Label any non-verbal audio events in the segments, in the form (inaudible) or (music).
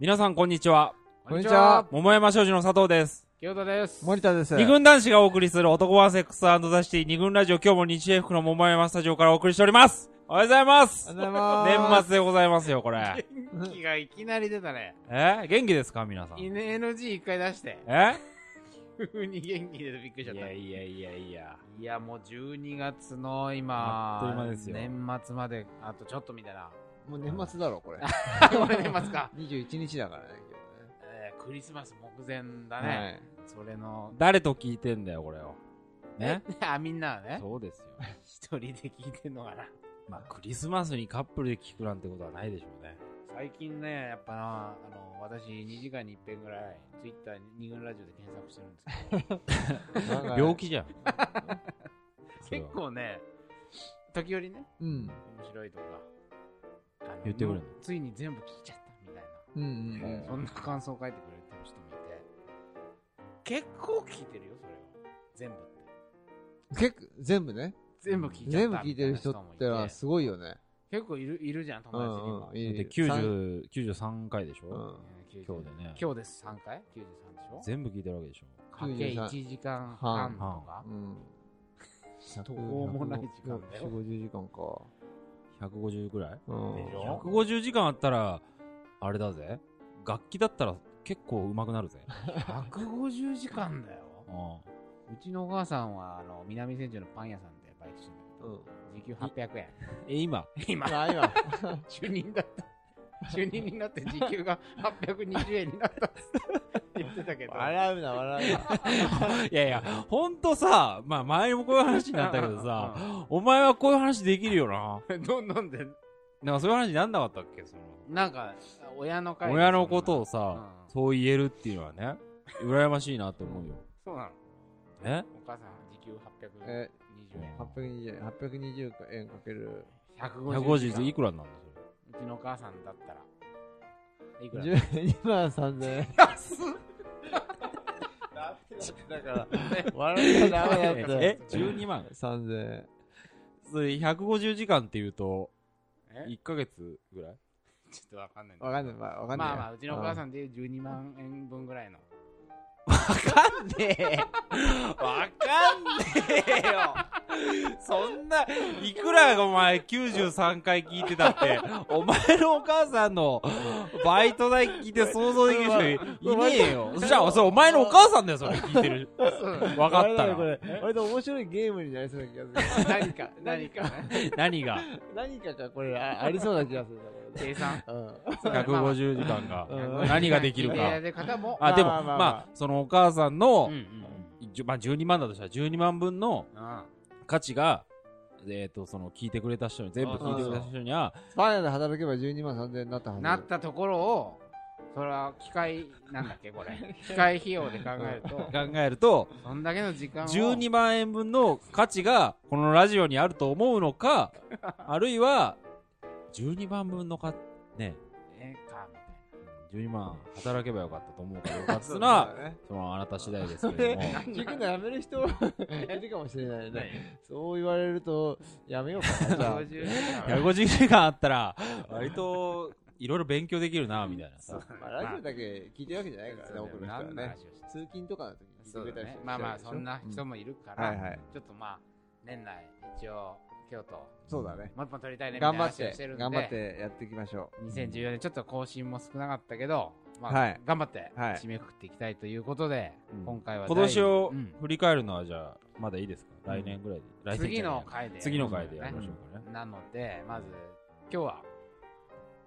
皆さんこんにちは。こんにちは。桃山商事の佐藤です。清田です。森田です。二軍男子がお送りする男はセックスザシティ二軍ラジオ今日も日英服の桃山スタジオからお送りしております。おはようございます。ありがとうございます。年末でございますよ、これ。元気がいきなり出たね。え元気ですか皆さん。 NG 一回出して。 (laughs) えふふに元気出てびっくりしちゃった。いいやいやいや。や、もう12月のあ今、っという間ですよ年末まであとちょっとみた (laughs) いな。もう年末だろ、これ。これ年末か。 21日だからね、えークリスマス目前だ今日ね。ね。はい。それの、誰と聞いてんだよ、これを。ね。 (laughs) あ、みんなはね、そうですよ。一人で聞いてんのかな。まあ、クリスマスにカップルで聞くなんてことはないでしょうね。最近ね、やっぱな、あの、私2時間に一遍ぐらい、ツイッター二軍ラジオで検索してるんですけど、病気じゃん。それは結構ね、時折ね、うん。面白いとか、あの言ってくれるもうついに全部聞いちゃったみたいうんうんな、うそん。んな感想を書いてくれてる人もいて、結構聞いてるよ、それを。全部って。結構、全部ね。全部聞いちゃった。全部聞いてる人ってのはすごいよね。結構いるいるじゃん、友う達にんも。うん。だっいてい90 93回でしうょ、ん。えー今日でね今日です、3回 ?93 でしょ全部聞いてるわけでしょかけ93 1時間半とかう。ん。途方もない時間だよ150時間か。 150ぐらいうん。でしょ150時間あったらあれだぜ楽器だったら結構上手くなるぜ、 150時間だよ。うんうちのお母さんは、あの、南千住のパン屋さんでバイトしてるんだうん。けど、時給800円。 (laughs) え今 (laughs) 今、あ、 (laughs) 今。主任だった。主任になって時給が820円になったっつって言ってたけど。笑うな、笑うな。いやいやほんとさまあ前もこういう話になったけどさお前はこういう話できるよなうんどんどんで、なんかそういう話になんなかったっけそのなんか、親の会親のことをさ、うんそう言えるっていうのはね羨ましいなと思うよそうなの。えお母さん、時給820え円。 820円、820円かける、 150でいくくらになるのそれうちのお母さんだったら、いくらだ12万3000円。安っだから、ね笑っちゃダメだっえて。 12万3000円。それ150時間っていうとえ1ヶ月ぐらいちょっとわかんないんだわかんない、まあわかんない。まあまあ、うちのお母さんでいう12万円分ぐらいの。ねえわかんねえよそんないくらお前93回聞いてたってお前のお母さんのバイト代聞いて想像できる人いいねえよじゃあそれお前のお母さんだよそれ聞いてるわかったこられ、割と面白いゲームになりそうな気 (laughs) がする。何か、何かね。何が何かがこれあ、ありそうな気がするなこれね計算うん。 150時間がうん何ができるかいやいや方も。あでもまあまあまあまあそのお母さんのうんうんじゅまあ12万だとしたら12万分のうん。価値が、えっ、と、その、聞いてくれた人に、全部聞いてくれた人には、パン屋で働けば12万3000円になったはず。なったところを、それは機械、なんだっけ、これ。機械費用で考え (laughs) ると、考えると、そんだけの時間を。 12万円分の価値が、このラジオにあると思うのか、あるいは、12万分のか、ね、ええか、みたい12万働けばよかったと思うかどうかっつそううのは、だね。その、あなた次第ですそけれれども。、 (laughs) 聞くのやめる人いるかもしれないね。そう言われると、やめようかな。じゃ (laughs) な。あ50時150間時間あったら、割と、いろいろ勉強できるな、みたいなさ。まあラジオだけ聞いてるわけじゃないからね、多くの人は何のね話。をして通勤とかの時に聞いそうてくだれたりね。まあまあ、そんな人も。もいるかはいら、はい。ちょっとまあ、年内、一応、京都、そうだね。もう一本撮りたいね、みたい頑な張っ話をしててるん、で。頑張っ。てやっていきましょう。 2014年ちょっと更新も少なかったけど、まあはい頑張ってはい締めくくっていきたいということで、うん今回は今年をうん振り返るのは、じゃあ、まだいいですかう来ん年ぐらいで。来年じ次ゃないの回で次の回でやりましょうかね。なのでまず今日は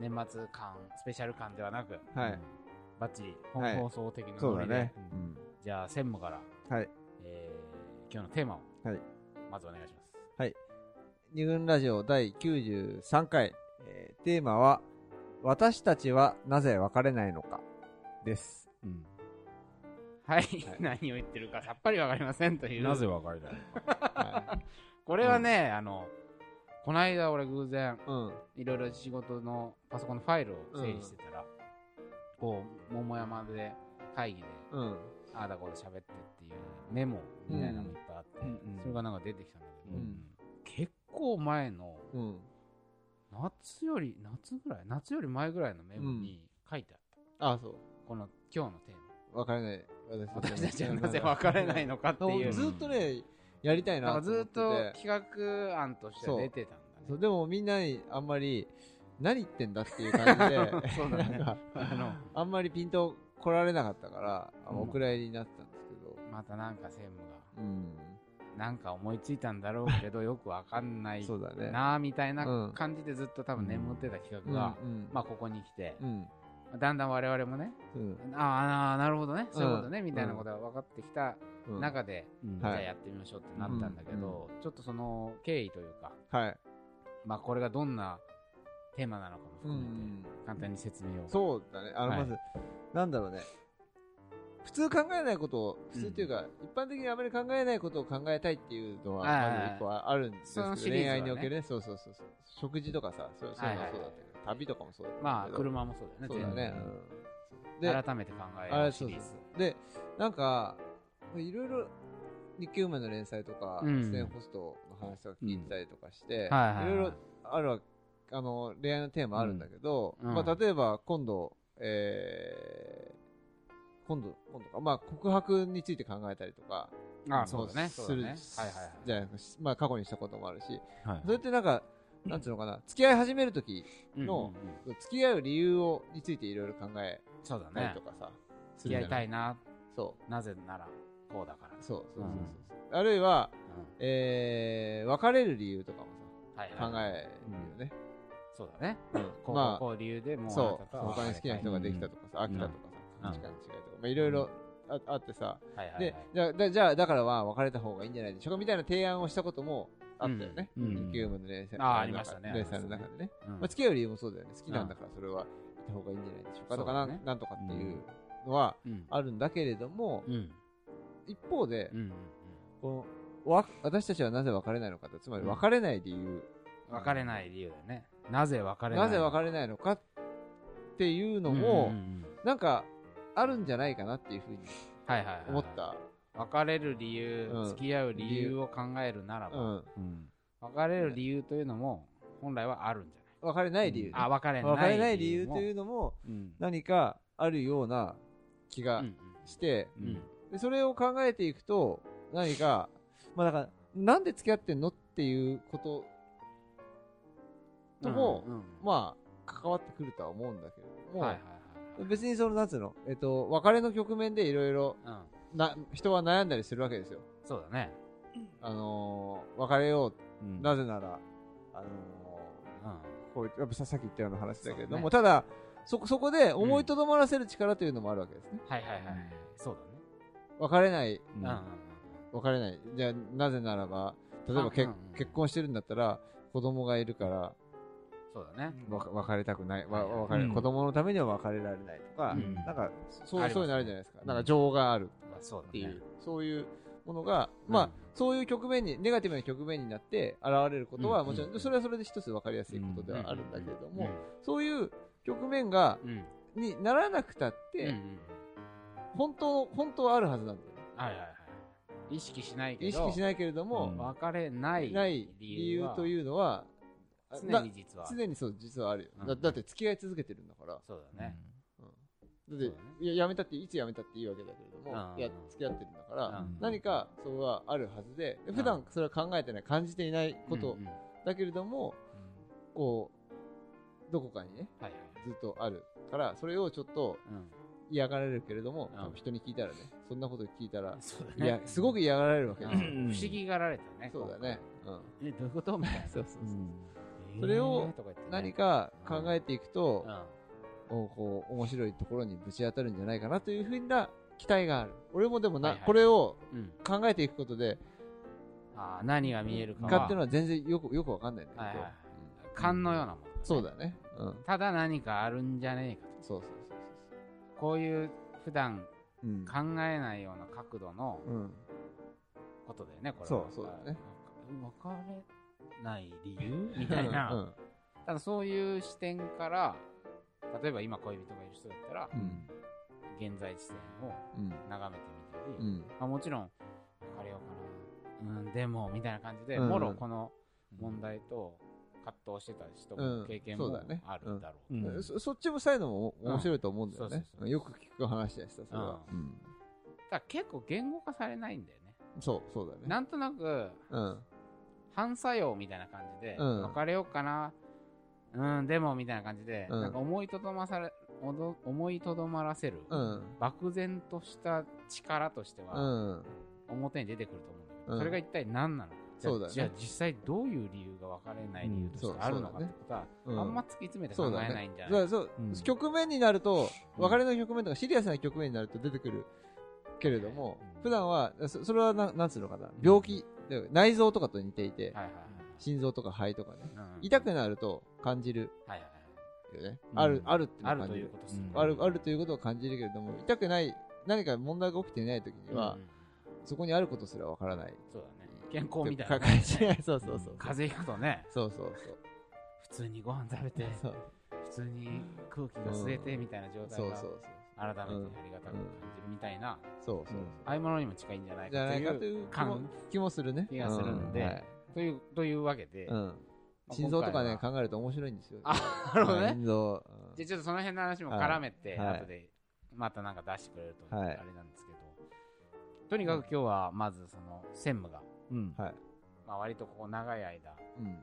年末感スペシャル感ではなくはい。バッチリは本い放送的なそうノだリで、ね。じゃあ専務から、はいえー今日のテーマを、はいまずお願いします二軍ラジオ第93回、えーテーマは、私たちはなぜ別れないのか、です。うんはい、何を言ってるかさっぱりわかりませんというなぜ別れないはこれはね、あのこの間俺偶然い、うん。いろいろ仕事のパソコンのファイルを整理してたら、こう桃山で会議でうん。ああだこうだ喋ってっていうメモみたいなのもいっぱいあって、うんうんそれがなんか出てきたんだけど、うん結構前のうん。夏より夏ぐらい夏より前ぐらいのメモに書いてあっあ、そこの今日のテー (laughs) マう。わからない。私私たちはなぜ分からないのかってそういうずっとね、やりたいなんなかと思ずっってて。と企画案としては出てたんそうだねでもみんなにあんまり、何言ってんだっていう感じで、 (laughs) そうだねなんかあのあんまりピンと来られなかったから、あうんお蔵入りになったんですけど。またなんか専務がうん。なんか思いついたんだろうけどよくわかんないそうだね。なあみたいうんな感じでずっと多分眠ってた企う画ん、が、うん。まあここに来てう、ん。だんだん我々もねうん。ああなるほどねそういうことね、うんみたいなことが分かってきたうん。中で、うんじゃあはいやってみましょうってなったんだけど、ちょっとその経緯というかはい。まあこれがどんなテーマなのかもう含めて、ん。簡単に説明をそうだね。あの、はいまず、なんだろうね。普通考えないことを、普通っていうか、一般的にあまり考えないことを考えたいっていうのは、はいはいはいまず一個はあるんですけそど、のシリーズ恋はね愛におけるね、そうそうそうそう。食事とかさ、そうそういうのもそうだったけど、旅とかもそうだったけど。まあ車もそうだよそうだねね。うん全で然、改めて考えあよれうそシうリそーうズで、なんか、いろいろ、日経馬の連載とか、うん出演ホストの話とか聞いてたりとかして、うんはいはいはいいろいろあるわあの、恋愛のテーマあるんだけど、うんうんまあ、例えば今度、えー、今度、今度か、まあ、告白について考えたりとか、ああそうだねすそうる、だねはいはいはいじゃないですかまあ、過去にしたこともあるし、はいそれってなんか、なんていうのかな、付き合い始めるとき、のうんうんうん付き合う理由を、についていろいろ考えそうだたりねとかさ、す付るきじゃ合ないたいなそう。なぜならこうだからそうそうそうそううんそうあるいは、うえー、別れる理由とかもんはいさは考いえるよね、そうだねこうまあこう理由でもうそうあなたとは他に好きな人ができたとかさ飽きたとかさうん価値観の違いとか、まあ、いろいろああってさ、はいはいはいでじゃあだじゃあだからは別れた方がいいんじゃないでしょうかみたいな提案をしたこともあったよね、うんうんキュームの連載ああありましたね連載の中でね、うんまあ、付き合う理由もそうだよね好きなんだからそれは行った方がいいんじゃないでしょうかとかそな,、うだねなんとかっていうのはうんあるんだけれども、うん一方で、うんうんこのわ私たちはなぜ別れないのかってつまり別れない理由、うん別れない理由だよねなぜ別れないなぜ別れれないのかっていうののも、うんうんうんなんかあるんじゃないかなっていうふうにはいはいはいはい思った、別れる理由、うん付き合う理由を考えるならば、うん、うん別れる理由というのも本来はあるんじ別れない理ゃ由、ないあ別れない別れない理由といううのもうん何かあるような気か、がうんして、うんうんでそれを考えていくと何かまあだからなんで付き合ってんのっていうこととも、うんうんまあ関わってくるとは思うんだけれども、はいはいはい別にそのなんつうの、えっと、別れの局面でいろいろうん、な人は悩んだりするわけですよ。そうだね、あのー別れよううんなぜなら、あのうん、ーこうやっぱささっき言ったような話だけれどそも、うねただそこそこで思いとどまらせる力というのもあるわけですね、はいはいはいそう別れないだね、別れないじゃあなぜならば例えばあけ、うんうん結婚してるんだったら子供がいるからうん、そうだねわ別れたくない、はわいはい別れうん子供のためには別れられないとか、うんなんかそうありますねそういうのあるじゃないですか、なんか情があるまあそうだねっていう、そういうものが、まあうんそういう局面にネガティブな局面になって現れることは、もちろんそれはそれで一つ分かりやすいことではあるんだけれども、そういう局面がうんうんうんにならなくたっうて、んうん本当本当はあるはずなんだよねはいはいはい意識しないけど意識しないけれども、別れないない理理由由はというのは常なに実は常にそう実はあるよ、うんだだって付き合い続けてるんだから、そうだね、うんだっそうてだねいややめたっていつやめたっていいわけだけれども、うんいや付き合ってるんだから、うん何かそれはあるはずでで普段それは考えてない感じていないこと、うんうんはいだけれどもこうどこかにねはいはいずっとあるからそれをちょっとうん嫌がられるけれども、うん多分人に聞いたらねそんなこと聞いたら、そうだいねやすごく嫌がられるわけうんで不すよ、ん思議がられたねそうだね、うん、えどういうことみたいな (laughs) そうそうそうえーそれをとか言ってね何か考えていくとう、んおこう面白いところにぶち当たるんじゃないかなというふうな期待がある俺もでもな、はいはいこれをうん考えていくことであー何が見えるかはかっていうのは全然よくよくわかんないんだけど、はいはいはい勘のようなものそうだねうんただ何かあるんじゃねえかそうそうそうとこういう普段そううん考えないような角度のうんことだよねこれはそうそうだねなんか別れない理由みたいな、うん (laughs) ただそういう視点から例えば今恋人がいる人だったらうん現在地点をうん眺めてみたり、うんまあ、もちろん別れようかなうんでもみたいな感じで、うんもろこの問題と葛藤してた人うもん経験そうもだねあるんだろううけんど。うんそそっちもサイドも面白いと思うんだようんねそうそうそうよく聞く話でしたそれはうんだから結構言語化されないんだよね。そうそうだねなんとなく、うん反作用みたいな感じで、うん別れようかな、うん、でもみたいな感じで、うんなんか思いとどまされ、おど思いとどまらせる、うん漠然とした力としてうは、ん表に出てくると思うんだけど、うんそれが一体何なのか。じゃあそうだねじゃあ実際どういう理由が分かれない理由としてあるのかってことは、うんあんま突き詰めて考えないんじゃない、そうそう、うん局面になるとうん別れの局面とかシリアスな局面になると出てくるけれども、うん普段はそそれはななんつうのかな病気、だから内臓とかと似ていて、はいはい心臓とか肺とかねはい。痛くい、なると感じるはいはいよね、うんあるあるってのあはる感とじいうることするうんあるあるということを感じるけれども痛くない何か問題が起きていない時には、うんそこにあることすらわからないそうだね。健康みたいな感感じじでね。 (laughs) そうそうそう、風邪ひくとね、そうそう普通にご飯食べて、そうそう普通に空気が吸えてみたいな状態そうがそうそう改めてありがたく感じるみたいな、そうそう、ああいうものにも近いんじゃないじゃかとないいかとういう気も感気もするね気がするんでうはいというというわけで、うまん、あ心臓とかね今回は考えると面白いんですよあなるほどね心臓、じゃあちょっとその辺の話も絡めて、はい後でまたなんか出してくれるとあはいれなんですけど、とにかく今日はまずその専務が、うんうんはい、まあ、割とここ長い間うん、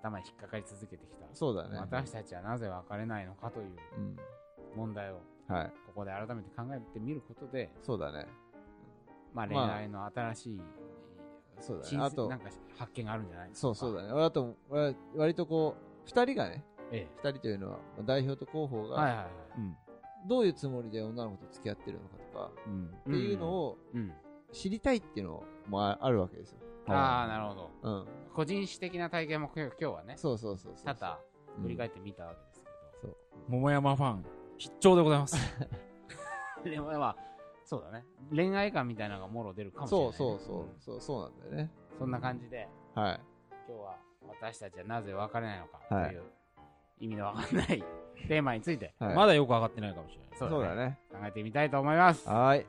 頭に引っかかり続けてきた、そうだね私たちはなぜ別れないのかといううん問題をはいここで改めて考えてみることで、そうだねまあ、恋まあ愛の新しいそうだ新ねあ鮮となんか発見があるんじゃないそうそうだ。だね俺あと俺割とこう二人がねえ二人というのはまあ代表と広報え。はいがはいはい。うんどういうつもりで女の子と付き合ってるのかとかうんっていうのをうん。知りたいっていうのもああるわけですよああ、なるほど。うん個人史的な体験も今日はね、そうそうそうそ多う々うん振り返ってみたわけですけ桃山ファン必聴でございますど。でもまあ、そうだね。恋愛感みたいなのがもろ出るかもしれないそね。うそうそううんそうそうなんだよねそんな感じで、はい今日は私たちはなぜ別れないのかとはいいう意味のわかんないテーマについてはいまだよく上がってないかもしれないそうだねそうだね考えてみたいと思います。はい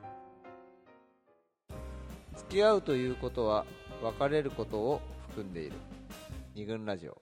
付き合うということは別れることを含んでいる二軍ラジオ